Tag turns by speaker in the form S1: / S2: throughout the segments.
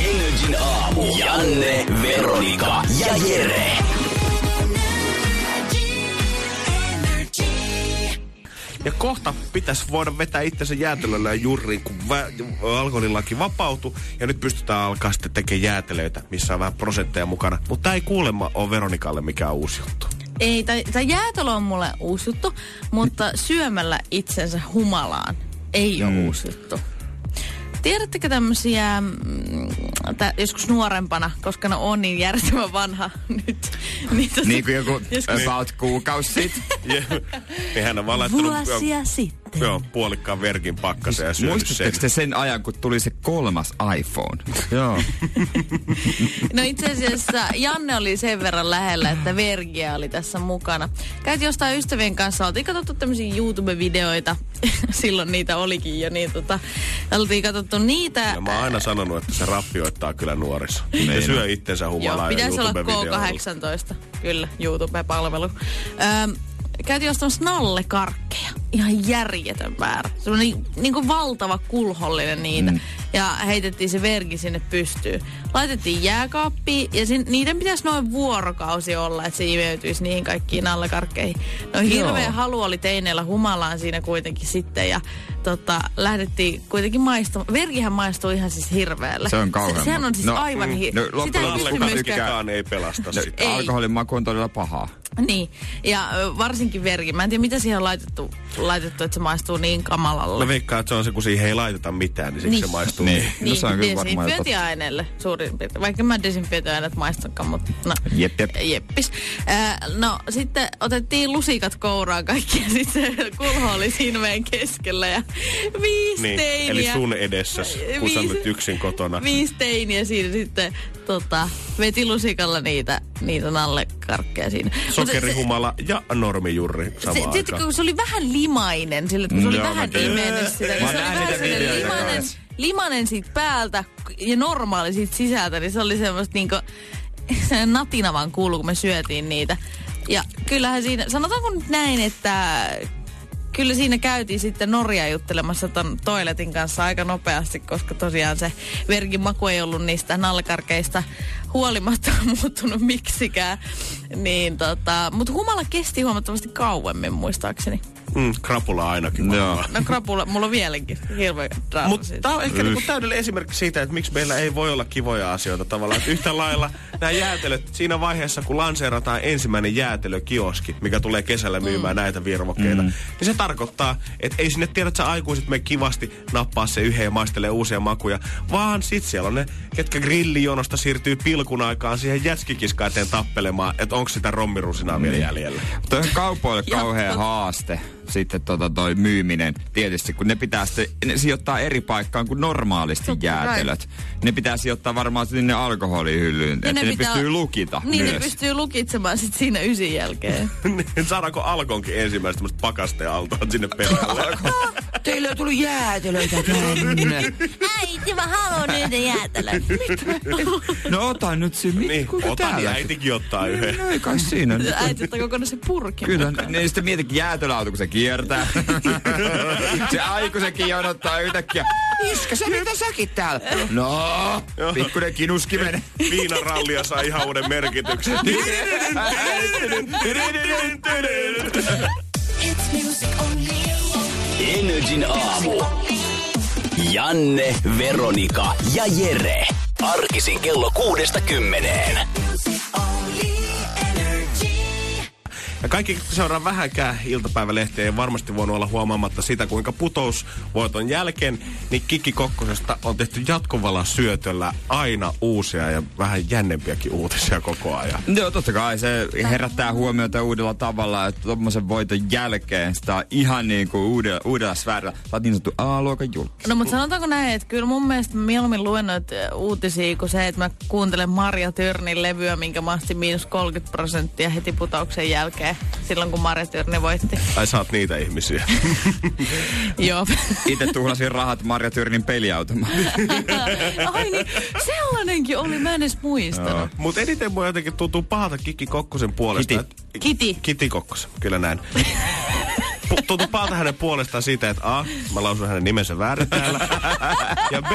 S1: Energin aamu. Janne, Veronika ja Jere.
S2: Ja kohta pitäisi voida vetää itsensä jäätelöllä ja jurriin, kun vä- alkoholilaki vapautui. Ja nyt pystytään alkaa sitten tekemään jäätelöitä, missä on vähän prosentteja mukana. Mutta tämä ei kuulemma ole Veronikalle mikään uusi juttu.
S3: Ei, tai, tai jäätelö on mulle uusi juttu, mutta syömällä itsensä humalaan ei ole
S4: Mm.
S3: uusi juttu. Tiedättekö tämmöisiä, mm, tä, joskus nuorempana, koska ne on niin järjestelmän vanha nyt. Niin, tota,
S4: Niin kuin joku
S3: joskus
S4: about kuukausi sitten.
S2: Nehän on vaan laittanut
S3: vuosia sitten.
S2: joo, puolikkaan verkin pakkaseen ja syönyt sen.
S4: Muistatteko te sen ajan, kun tuli se kolmas iPhone? Joo.
S3: No itse asiassa Janne oli sen verran lähellä, että Vergia oli tässä mukana. Käytiin jostain ystävien kanssa, oltiin katsottu tämmöisiä YouTube-videoita. Silloin niitä olikin jo, niin tota, oltiin katsottu niitä.
S2: Ja mä oon aina sanonut, että se rappioittaa kyllä nuorissa. Ne
S4: Meinaa.
S2: syö itsensä
S3: Joo,
S2: humalaa ja
S3: pitäisi olla
S2: YouTube-videoilla.
S3: K18, kyllä, YouTube-palvelu. Öm, käytiin ostamassa nallekarkkeja. Ihan järjetön määrä. Semmoinen niin kuin valtava kulhollinen niitä. Mm. Ja heitettiin se verki sinne pystyyn. Laitettiin jääkaappiin ja sin- niiden pitäisi noin vuorokausi olla, että se imeytyisi niihin kaikkiin nallekarkkeihin. No hirveä
S4: Joo.
S3: halu oli teineillä humalaan siinä kuitenkin sitten ja tota, lähdettiin kuitenkin maistamaan. Verkihän maistuu ihan siis hirveälle.
S4: Se on kauhean
S3: Se, sehän on siis
S4: ma- No,
S3: aivan
S4: mm.
S3: hi-
S4: No,
S3: Sitä
S4: loppujen
S3: ei
S4: lopuksi
S3: pysty
S4: kuka
S3: myöskään
S2: Kukaan ei
S4: No,
S2: pelasta sitä.
S3: Ei.
S4: Alkoholin maku on todella pahaa.
S3: Niin, ja ö, varsinkin verki. Mä en tiedä, mitä siihen on laitettu, laitettu että se maistuu niin kamalalle.
S2: Mä veikkaan, että se on se, kun siihen ei laiteta mitään, niin siksi
S3: Niin.
S2: se maistuu.
S4: Niin.
S2: niin.
S4: No se on kyllä varmaan jo totta.
S3: desinfiointiaineelle suurin piirtein. Vaikka mä desinfiointiaineet maistankaan, mutta no.
S4: Jep, jep.
S3: Jeppis. Äh, no sitten otettiin lusikat kouraan kaikki ja sitten se kulho oli siinä meidän keskellä ja viisi
S2: Niin.
S3: teiniä.
S2: Eli sun edessä, kun sä olet yksin kotona.
S3: Viisi teiniä siinä sitten tota, veti lusikalla niitä, niitä nallekarkkeja siinä. Mutta se-
S2: Sokerihumala ja normijurri
S3: se,
S2: samaan
S3: tiedätkö,
S2: aikaan.
S3: kun se oli vähän limainen, sillä, kun se oli
S4: Joo, mä
S3: vähän
S4: tiedän.
S3: imennyt sitä. Niin
S4: Mä
S3: se oli
S4: näen
S3: vähän
S4: niitä
S3: sellainen
S4: videoita
S3: limainen,
S4: kanssa.
S3: limainen siitä päältä ja normaali siitä sisältä, niin se oli semmoista niinku, se natina vaan kuuluu, kun me syötiin niitä. Ja kyllähän siinä, sanotaanko nyt näin, että kyllä siinä käytiin sitten Norjaa juttelemassa ton toiletin kanssa aika nopeasti, koska tosiaan se verkin maku ei ollut niistä nalkarkeista huolimatta muuttunut miksikään. Niin tota, mutta humala kesti huomattavasti kauemmin muistaakseni.
S2: Mm, krapula ainakin.
S4: Joo.
S3: No krapula, mulla on vieläkin hirveä draama
S2: Mutta
S3: siitä.
S2: tämä on ehkä niinku täydellinen esimerkki siitä, että miksi meillä ei voi olla kivoja asioita tavallaan. Et Yhtä lailla nämä jäätelöt, siinä vaiheessa kun lanseerataan ensimmäinen jäätelökioski, mikä tulee kesällä myymään näitä virvokkeita, niin se tarkoittaa, että ei sinne tiedä, että sä aikuiset me kivasti nappaa se yhden ja maistelee uusia makuja, vaan sit siellä on ne, ketkä grillijonosta siirtyy pilkun aikaan siihen jätskikiskaan eteen tappelemaan, että onko sitä rommirusinaa
S4: Niin.
S2: vielä jäljellä.
S4: Toi on kaupoille
S3: Joo,
S4: kauhea
S3: tot-
S4: haaste, sitten tota toi myyminen. Tietysti, kun ne pitää sitten, ne sijoittaa eri paikkaan kuin normaalisti
S3: Totta
S4: jäätelöt. Ne pitää sijoittaa varmaan sinne alkoholihyllyyn, että ne,
S3: Niin pitää-
S4: pystyy lukita
S3: Niin,
S4: myös.
S3: ne pystyy lukitsemaan sit siinä ysin jälkeen.
S2: Niin, Saadaanko Alkonkin ensimmäistä tämmöistä pakasteaaltoa sinne perälle?
S4: Teille on tullut jäätelöitä tänne.
S3: Äiti, mä haluan niitä jäätelöä.
S4: No ota nyt se, mit,
S2: niin,
S4: kuinka
S2: otan
S4: täällä?
S2: ja äitikin ottaa yhden.
S4: No ei kai siinä. nyt.
S3: Äiti ottaa kokonaan se purkin.
S4: Kyllä, niin sitten mietikin jäätelöauto, kun se kiertää. se aikuisenkin jonottaa yhtäkkiä. Iskä, sä mitä säkin täällä? No, pikkuinen kinuski menee.
S2: Viinarallia sai ihan uuden merkityksen.
S1: Energin aamu. Janne, Veronika ja Jere. Arkisin kello kuudesta kymmeneen.
S2: Ja kaikki, jotka seuraa vähänkään iltapäivälehtiä, ei varmasti voinut olla huomaamatta sitä, kuinka putousvoiton jälkeen, niin Kikki Kokkosesta on tehty jatkuvalla syötöllä aina uusia ja vähän jännempiäkin uutisia koko ajan.
S4: Joo, No, totta kai se herättää huomiota uudella tavalla, että tommosen voiton jälkeen sitä on ihan niinku uudella, uudella sfäärillä. Sä oot niin sanottu A-luokan julkis.
S3: No mutta sanotaanko näin, että kyllä mun mielestä mä mieluummin luen noita ö, uutisia kuin se, että mä kuuntelen Marja Tyrnin levyä, minkä mä astin miinus 30 prosenttia heti putouksen jälkeen, silloin kun Marja Tyrni voitti.
S2: Tai sä oot niitä ihmisiä.
S3: Joo.
S4: Itse tuhlasin rahat Marja Tyrnin peliautomaan.
S3: Ai niin, sellainenkin oli, mä en edes muistanut.
S2: Mutta eniten mua jotenkin tuntuu pahalta Kikki Kokkosen puolesta.
S4: Kiti.
S2: et-
S3: Kiti.
S2: Kiti Kokkosen, kyllä näin. Pu- Tuntuu pahalta hänen puolestaan siitä, että A, mä lausun hänen nimensä väärin täällä. Ja B,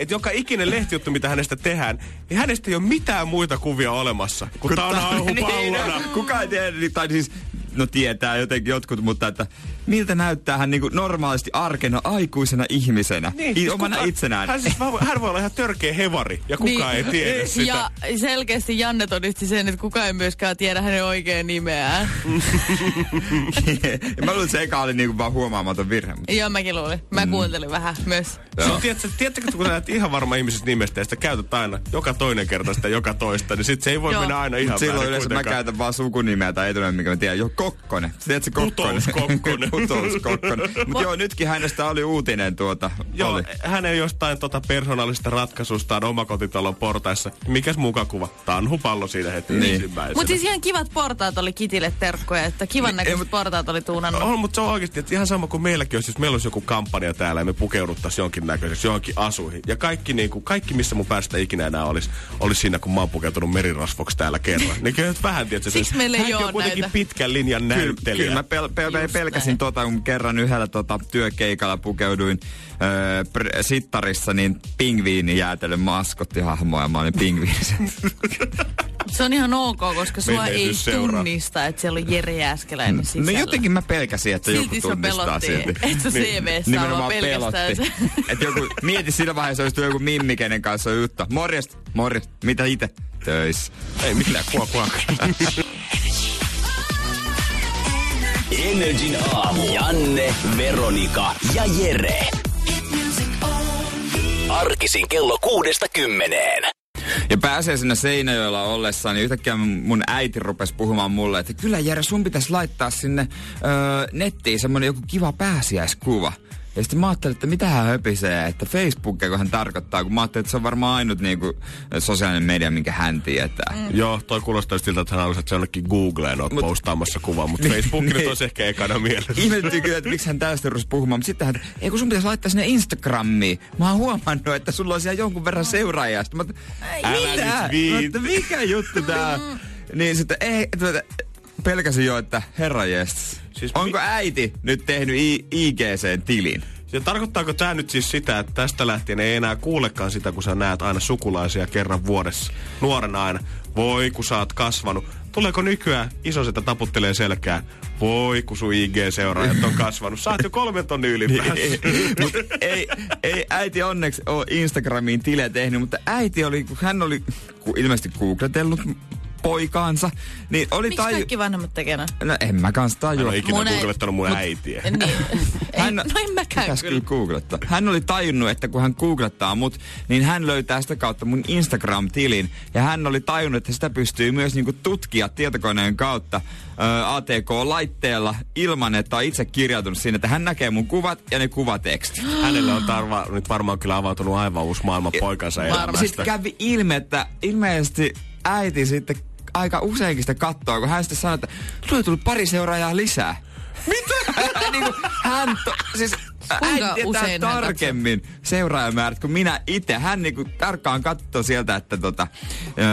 S2: että joka ikinen lehtijuttu, mitä hänestä tehdään, niin hänestä ei ole mitään muita kuvia olemassa. Kun tää on
S4: no,
S2: hauhupallona.
S4: Kukaan ei tiedä, niin- tai siis, no tietää jotenkin jotkut, mutta että miltä näyttää hän niinku normaalisti arkena aikuisena ihmisenä, niin,
S2: siis
S4: omana
S2: kuka-
S4: itsenään.
S2: Hän, siis, vaan- hän voi olla ihan törkeä hevari ja kukaan ei tiedä sitä.
S3: Niin. Ja selkeästi Janne todisti sen, että kukaan ei myöskään tiedä hänen oikea nimeään.
S4: mä luulen, että se eka oli niinku vaan huomaamaton virhe. Mutta...
S3: Joo, mäkin luulin. Mä kuuntelin vähän myös.
S2: Sun tiedätkö, tiedätkö, kun sä näet ihan varma ihmisestä nimestä ja sitä käytät aina joka toinen kerta sitä joka toista, niin sit se ei voi
S3: Joo.
S2: mennä aina
S4: Mut
S2: ihan
S4: silloin
S2: väärin
S4: yleensä mä
S2: kuitenkaan.
S4: käytän vaan sukunimeä tai etunimeä, mikä mä tiedän. Joo, Kokkonen. Sä tiedät se Kokkonen?
S2: Putouskokkonen.
S4: Putouskokkonen. Mut joo, nytkin hänestä oli uutinen tuota.
S2: Joo,
S4: Oli.
S2: hänen jostain tota persoonallisesta ratkaisustaan omakotitalon portaissa. Mikäs muka kuva? Tanhupallo siinä heti niin.
S4: Niin.
S2: ensimmäisenä.
S3: Mutta siis ihan kivat portaat oli Kitille terkkoja, että kivan näköiset portaat oli tuunannut.
S2: On, mutta se on oikeasti, että ihan sama kuin meilläkin olisi, jos meillä olisi joku kampanja täällä ja me pukeuduttaisiin jonkinnäköiseksi johonkin asuihin. Ja kaikki, niin kuin, kaikki missä mun päästä ikinä enää olisi, olisi siinä, kun mä oon pukeutunut merirasvoksi täällä kerran. Niin kyllä nyt vähän tietysti.
S3: Siksi meillä ei oo
S2: on kuitenkin
S3: näitä.
S2: pitkän linjan näyttelijä.
S4: Kyllä mä pel- pel- pel-
S3: Just
S4: pelkäsin
S3: näin.
S4: tota, kun kerran yhdellä tota, työkeikalla pukeuduin öö, pr- sittarissa, niin pingviinijäätelön maskottihahmoa ja mä olin pingviini.
S3: Se on ihan ok, koska sua ei
S2: Menneisyyys seuraa.
S3: tunnista, että siellä on Jere Jääskeläinen
S4: no
S3: sisällä.
S4: jotenkin mä pelkäsin, että
S3: Silti
S4: joku
S3: sua
S4: tunnistaa
S3: pelotti.
S4: silti.
S3: Et sä
S2: Niin,
S3: CV-stä vaan
S4: nimenomaan
S3: pelkästään.
S4: pelotti. Että joku, mieti siinä vaiheessa, olisi tullut joku mimmi, kenen kanssa on juttu. Morjesta, morjesta, mitä itse? Töissä.
S2: Ei mitään, kuo, kuo.
S1: Energin aamu. Janne, Veronika ja Jere. Arkisin kello kuudesta kymmeneen.
S4: Ja pääsee sinne Seinäjoella ollessaan, niin yhtäkkiä mun äiti rupesi puhumaan mulle, että kyllä Jere, sun pitäisi laittaa sinne öö, nettiin semmonen joku kiva pääsiäiskuva. Ja sitten mä ajattelin, että mitä hän höpisee, että Facebookia kun hän tarkoittaa, kun mä ajattelin, että se on varmaan ainut niinku, sosiaalinen media, minkä hän tietää. Mm.
S2: Joo, toi kuulostaa just siltä, että hän olisi, että se jonnekin Googleen oot
S4: Mut-
S2: postaamassa kuvaa, mutta Facebook nyt
S4: Niin.
S2: olisi ehkä ekana mielessä.
S4: Ihmettyy kyllä, että miksi hän tästä rupesi puhumaan, mutta sitten hän, ei kun sun pitäisi laittaa sinne Instagramiin. Mä oon huomannut, että sulla on siellä jonkun verran seuraajia. Sitten mä oon,
S2: Älä
S4: mitä?
S2: nyt
S4: Mä oon,
S2: viit-
S4: että mikä juttu tää on? Niin sitten, ei, tuota, pelkäsin jo, että herra jestas.
S2: Siis
S4: Siis
S2: mi-
S4: Onko äiti nyt tehnyt I- IGC-tilin?
S2: Ja tarkoittaako tämä nyt siis sitä, että tästä lähtien ei enää kuulekaan sitä, kun sä näet aina sukulaisia kerran vuodessa, nuorena aina. Voi, kun sä oot kasvanut. Tuleeko nykyään isosetä taputtelee selkään? Voi, kun sun IG-seuraajat on kasvanut. Sä oot jo kolmen tonnin ylipäässä.
S4: Mut ei, ei äiti onneksi ole Instagramiin tilejä tehnyt, mutta äiti oli, kun hän oli ku- ilmeisesti googletellut poikaansa, niin oli
S3: Miksi kaikki vanhemmat tekee näin?
S4: No en mä kans
S2: Mä en
S4: tajua.
S2: ole ikinä
S3: Mun ei-
S2: googlettanut mun
S3: mut-
S2: äitiä.
S3: Niin. Ei,
S4: Hän-
S3: no en mäkään
S4: Pitäis
S3: kyllä.
S4: kyllä googlettaa. Hän oli tajunnut, että kun hän googlettaa mut, niin hän löytää sitä kautta mun Instagram-tilin. Ja hän oli tajunnut, että sitä pystyy myös niinku tutkia tietokoneen kautta ö, ATK-laitteella ilman, että on itse kirjautunut sinne. Että hän näkee mun kuvat ja ne kuvatekstit.
S2: Hänellä on tarva, nyt varmaan kyllä avautunut aivan uusi maailma poikansa elämästä.
S4: Sitten kävi ilme, että ilmeisesti äiti sitten aika useinkin sitä kattoo, kun hän sitten sanoi, että sulla on tullut pari seuraajaa lisää. Mitä? niin kuin, hän to, siis äiti
S3: Kuinka
S4: tietää
S3: usein hän katsoo?
S4: tarkemmin Niin, seuraajamäärät kuin minä itse. Hän niinku tarkkaan katsoo sieltä, että tota, öö,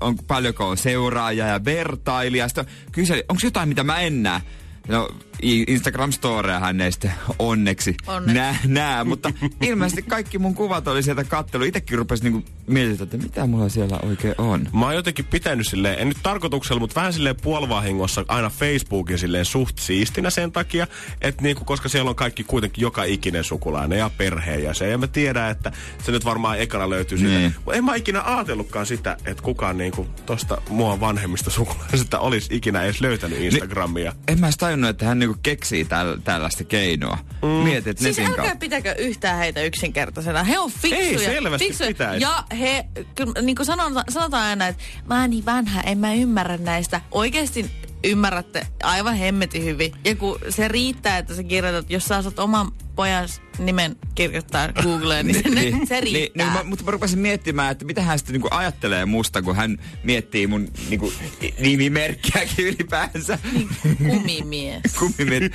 S4: on paljonko on seuraajaa ja vertailija. Sitten kyseli, onko jotain, mitä mä en näe? No, i- Instagram-storeja hän ei sitten onneksi,
S3: Onneksi.
S4: Nä, näe, mutta ilmeisesti kaikki mun kuvat oli sieltä kattelu. Itekin rupesi niinku miettimään, että mitä mulla siellä oikein on.
S2: Mä oon jotenkin pitänyt silleen, en nyt tarkoituksella, mutta vähän silleen puolivahingossa aina Facebookin silleen suht siistinä sen takia, että niinku, koska siellä on kaikki kuitenkin joka ikinen sukulainen ja perhe ja se. Ja mä tiedän, että se nyt varmaan ekana löytyy siitä.
S4: Niin.
S2: Mutta en mä ikinä ajatellutkaan sitä, että kukaan niinku tosta mua vanhemmista sukulaisista olisi ikinä edes löytänyt Instagramia.
S4: En mä edes tajunnut, että hän niinku keksii täl- tällaista keinoa. Mm. Mietit, että
S3: Siis
S4: netin
S3: älkää
S4: kautta.
S3: pitäkö yhtään heitä yksinkertaisena. He on fiksuja.
S2: Ei, selvästi pitäisi.
S3: Ja he, kyllä, niin kuin sanotaan, sanotaan aina, että mä oon niin vanha, en mä ymmärrä näistä. Oikeasti ymmärrätte aivan hemmetin hyvin. Ja kun se riittää, että sä kirjoitat, jos sä saat oman pojan nimen kirjoittaa Googleen, niin, se- se
S4: niin,
S3: riittää.
S4: niin, mä, mutta mä rupesin miettimään, että mitä hän sitten niinku ajattelee musta, kun hän miettii mun niinku, i- nimimerkkiäkin ylipäänsä.
S3: Niin. Kumimies.
S4: Kumimies.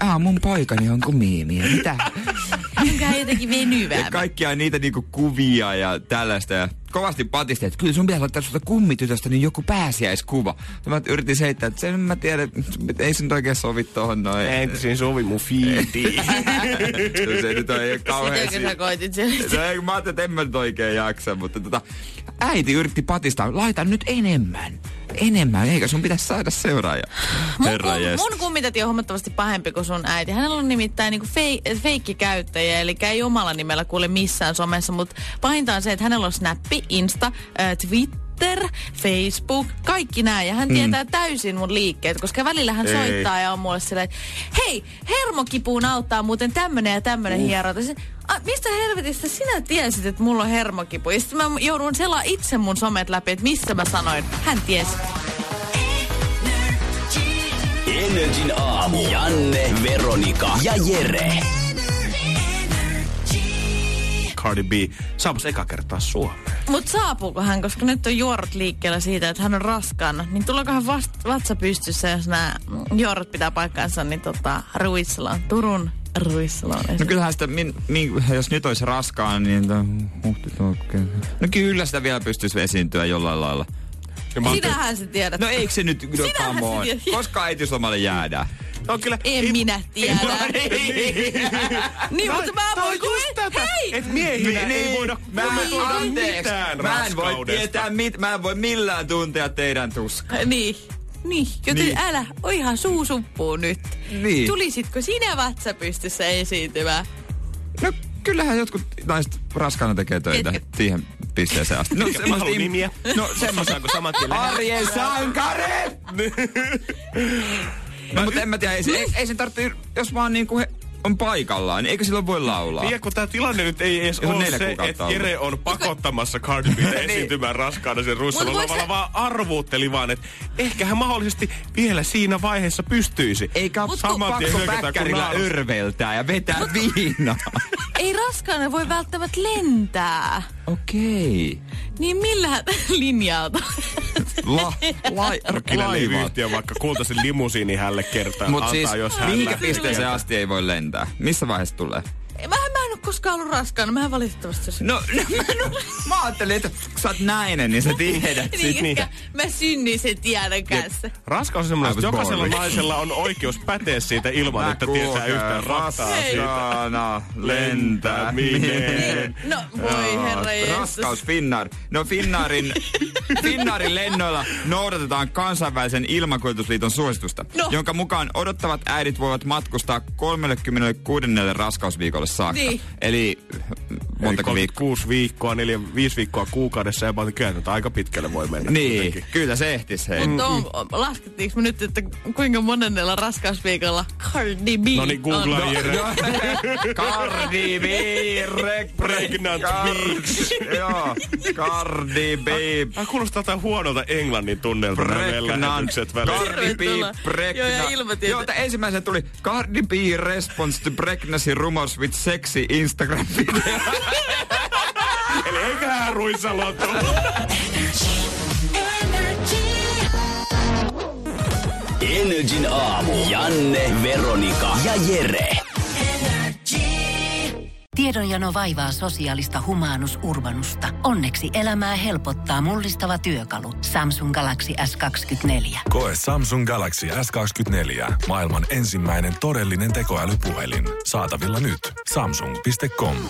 S4: Ah, mun poikani on kumimies. Mitä?
S3: Onkohan jotenkin venyvää?
S4: Ja kaikkia niitä niinku kuvia ja tällaista. Ja kovasti patisti, että kyllä sun pitää laittaa susta kummitytöstä, niin joku pääsiäiskuva. Ja mä yritin seittää, että sen mä tiedän, että ei se nyt oikein sovi tohon noin.
S2: Ei, kun siinä sovi mun fiitiin.
S4: se nyt on ihan kauhean siis-
S3: Sitäkö sä
S4: siitä.
S3: koitit sen?
S4: No ei, mä ajattelin, että en mä nyt oikein jaksa, mutta tota, äiti yritti patistaa, laita nyt enemmän. Enemmän, eikä sun pitäisi saada seuraaja.
S3: Mun,
S4: Herra
S3: kum,
S4: jestas.
S3: mun kummitati on huomattavasti pahempi kuin sun äiti. Hänellä on nimittäin niinku fei, feikkikäyttäjiä, eli ei omalla nimellä kuule missään somessa, mutta pahinta on se, että hänellä on Snappi, Insta, äh, Twitter, Facebook, kaikki nämä. Ja hän tietää täysin mun liikkeet, koska välillä hän
S2: Ei.
S3: soittaa ja on mulle silleen, että hei, hermokipuun auttaa muuten tämmönen ja tämmönen uh. hierota. Sitten, "A, Mistä helvetistä sinä tiesit, että mulla on hermokipu? Ja sitten mä joudun selaa itse mun somet läpi, että missä mä sanoin. Hän tiesi.
S1: Energin aamu. Janne, Veronika ja Jere.
S2: Cardi B, saapas eka kertaa Suomeen.
S3: Mutta saapuuko hän, koska nyt on juorot liikkeellä siitä, että hän on raskaana, niin tuleekohan vast, vatsa pystyssä, jos nämä juorot pitää paikkaansa, niin tota, Ruissalaan, Turun Ruissalaan.
S4: No kyllähän sitä, min, min, jos nyt olisi raskaan, niin... to- Huhti, toukokuuta. no kyllä sitä vielä pystyisi esiintyä jollain lailla.
S2: Ja mä oon
S3: Sinähän se tiedät.
S4: No eikö se nyt, no,
S3: Sinähän
S4: come
S3: sä
S4: on.
S3: tiedät.
S4: Koska No äitiyslomalle jäädään?
S2: tehty- on kyllä,
S3: en minä tiedä.
S4: No
S3: niin,
S2: No,
S3: mutta mä
S2: tää on
S3: voin kuin...
S2: just tätä,
S3: Hei!
S2: et miehinä ei voida
S4: mä en,
S2: kommentoida
S4: anteeksi,
S2: mitään
S4: Niin, mä en voi
S2: raskaudesta.
S4: tietää, mit, mä en voi millään tuntea teidän tuskaa.
S3: Niin. Niin, joten
S2: Niin.
S3: niin. älä, oi ihan suu suppuu nyt.
S4: Niin.
S3: Tulisitko sinä vatsa pystyssä esiintymään?
S4: No kyllähän jotkut naiset raskaana tekee töitä
S3: Ketkä?
S4: siihen pisteeseen asti. No
S2: Mä haluan
S4: im-
S2: nimiä.
S4: No semmoista.
S2: Saanko saman tien lähteä?
S4: Arjen sankari! no mutta en mä tiedä, ei, se- ei, ei sen tarvitse, jos vaan niinku he, on paikallaan, niin eikö silloin voi laulaa?
S2: Niin, ja kun tämä tilanne nyt ei edes
S4: Joku
S2: ole
S4: neljä
S2: se,
S4: kuukautta
S2: että
S4: ollut. Niin.
S2: Jere on pakottamassa Cardi Bita esiintymään raskaana sen ruissalon
S3: voiko
S2: lavalla,
S3: se-
S2: vaan arvuutteli vaan, että ehkä hän mahdollisesti vielä siinä vaiheessa pystyisi.
S4: Eikä ole
S3: Mut kun-
S4: saman tien
S2: pakko päkkärillä
S4: päkkärillä örveltää ja vetää viinaa.
S3: Ei raskaana voi välttämättä lentää.
S4: Okei.
S3: Niin millä linjalta?
S4: La, lai,
S2: Kyllä ei
S4: laivat.
S2: yhtiö vaikka kultaisen limusiini hälle kertaa
S4: Mut
S2: antaa,
S4: siis,
S2: jos hän
S4: mihinkä
S2: lähtee.
S4: pisteeseen asti ei voi lentää? Missä vaiheessa tulee?
S3: Mähän mä en ole koskaan ollut raskaana, mä en valitettavasti ole
S4: No, no, mä, no, mä ajattelin, että kun sä oot nainen, niin sä tiedät sit.
S3: niin,
S2: niitä.
S3: niin. Mä synnyin sen tiedon kanssa.
S2: Raskaus on semmoinen,
S4: I
S2: että
S4: was
S2: jokaisella
S4: born.
S2: naisella on oikeus päteä siitä ilman, että tietää yhtään rataa siitä.
S4: raskaana
S2: Lentäminen.
S3: No voi herra
S4: Raskaus
S3: Jeesus.
S4: Finnair. No Finnaarin, Finnaarin lennoilla noudatetaan kansainvälisen ilmakuljetusliiton suositusta,
S3: No.
S4: jonka mukaan odottavat äidit voivat matkustaa 36. raskausviikolle saakka.
S3: Niin.
S4: Eli montako
S2: Eli
S4: viikkoa?
S2: 36 viikkoa, 4, 5 viikkoa kuukaudessa ja vaan kyllä nyt aika pitkälle voi mennä.
S4: Niin,
S2: kuitenkin.
S4: kyllä se ehtis hei.
S3: Mutta on, on- laskettiinko me nyt, että kuinka monennella raskausviikolla Cardi B
S2: No niin,
S3: on?
S2: googla Jere.
S4: Cardi B, reg,
S2: Pregnant bitch.
S4: Joo, Cardi B,
S2: Ai kuulostaa tää huonolta englannin tunnelta nämä meidän
S4: pregnant.
S2: lähetykset välillä.
S4: Cardi B,
S3: Tervetuloa. Joo, ja
S4: pregnant.
S3: ilmatieteen.
S4: Joo, tää ensimmäisen tuli Cardi B response to pregnancy rumors with sexy Instagram video.
S2: Eli eiköhän Ruisalo tuu.
S1: Energin aamu. Janne, Veronika ja Jere.
S5: Tiedonjano vaivaa sosiaalista humanus urbanusta. Onneksi elämää helpottaa mullistava työkalu Samsung Galaxy S24.
S6: Koe Samsung Galaxy S24. Maailman ensimmäinen todellinen tekoälypuhelin. Saatavilla nyt. Samsung.com.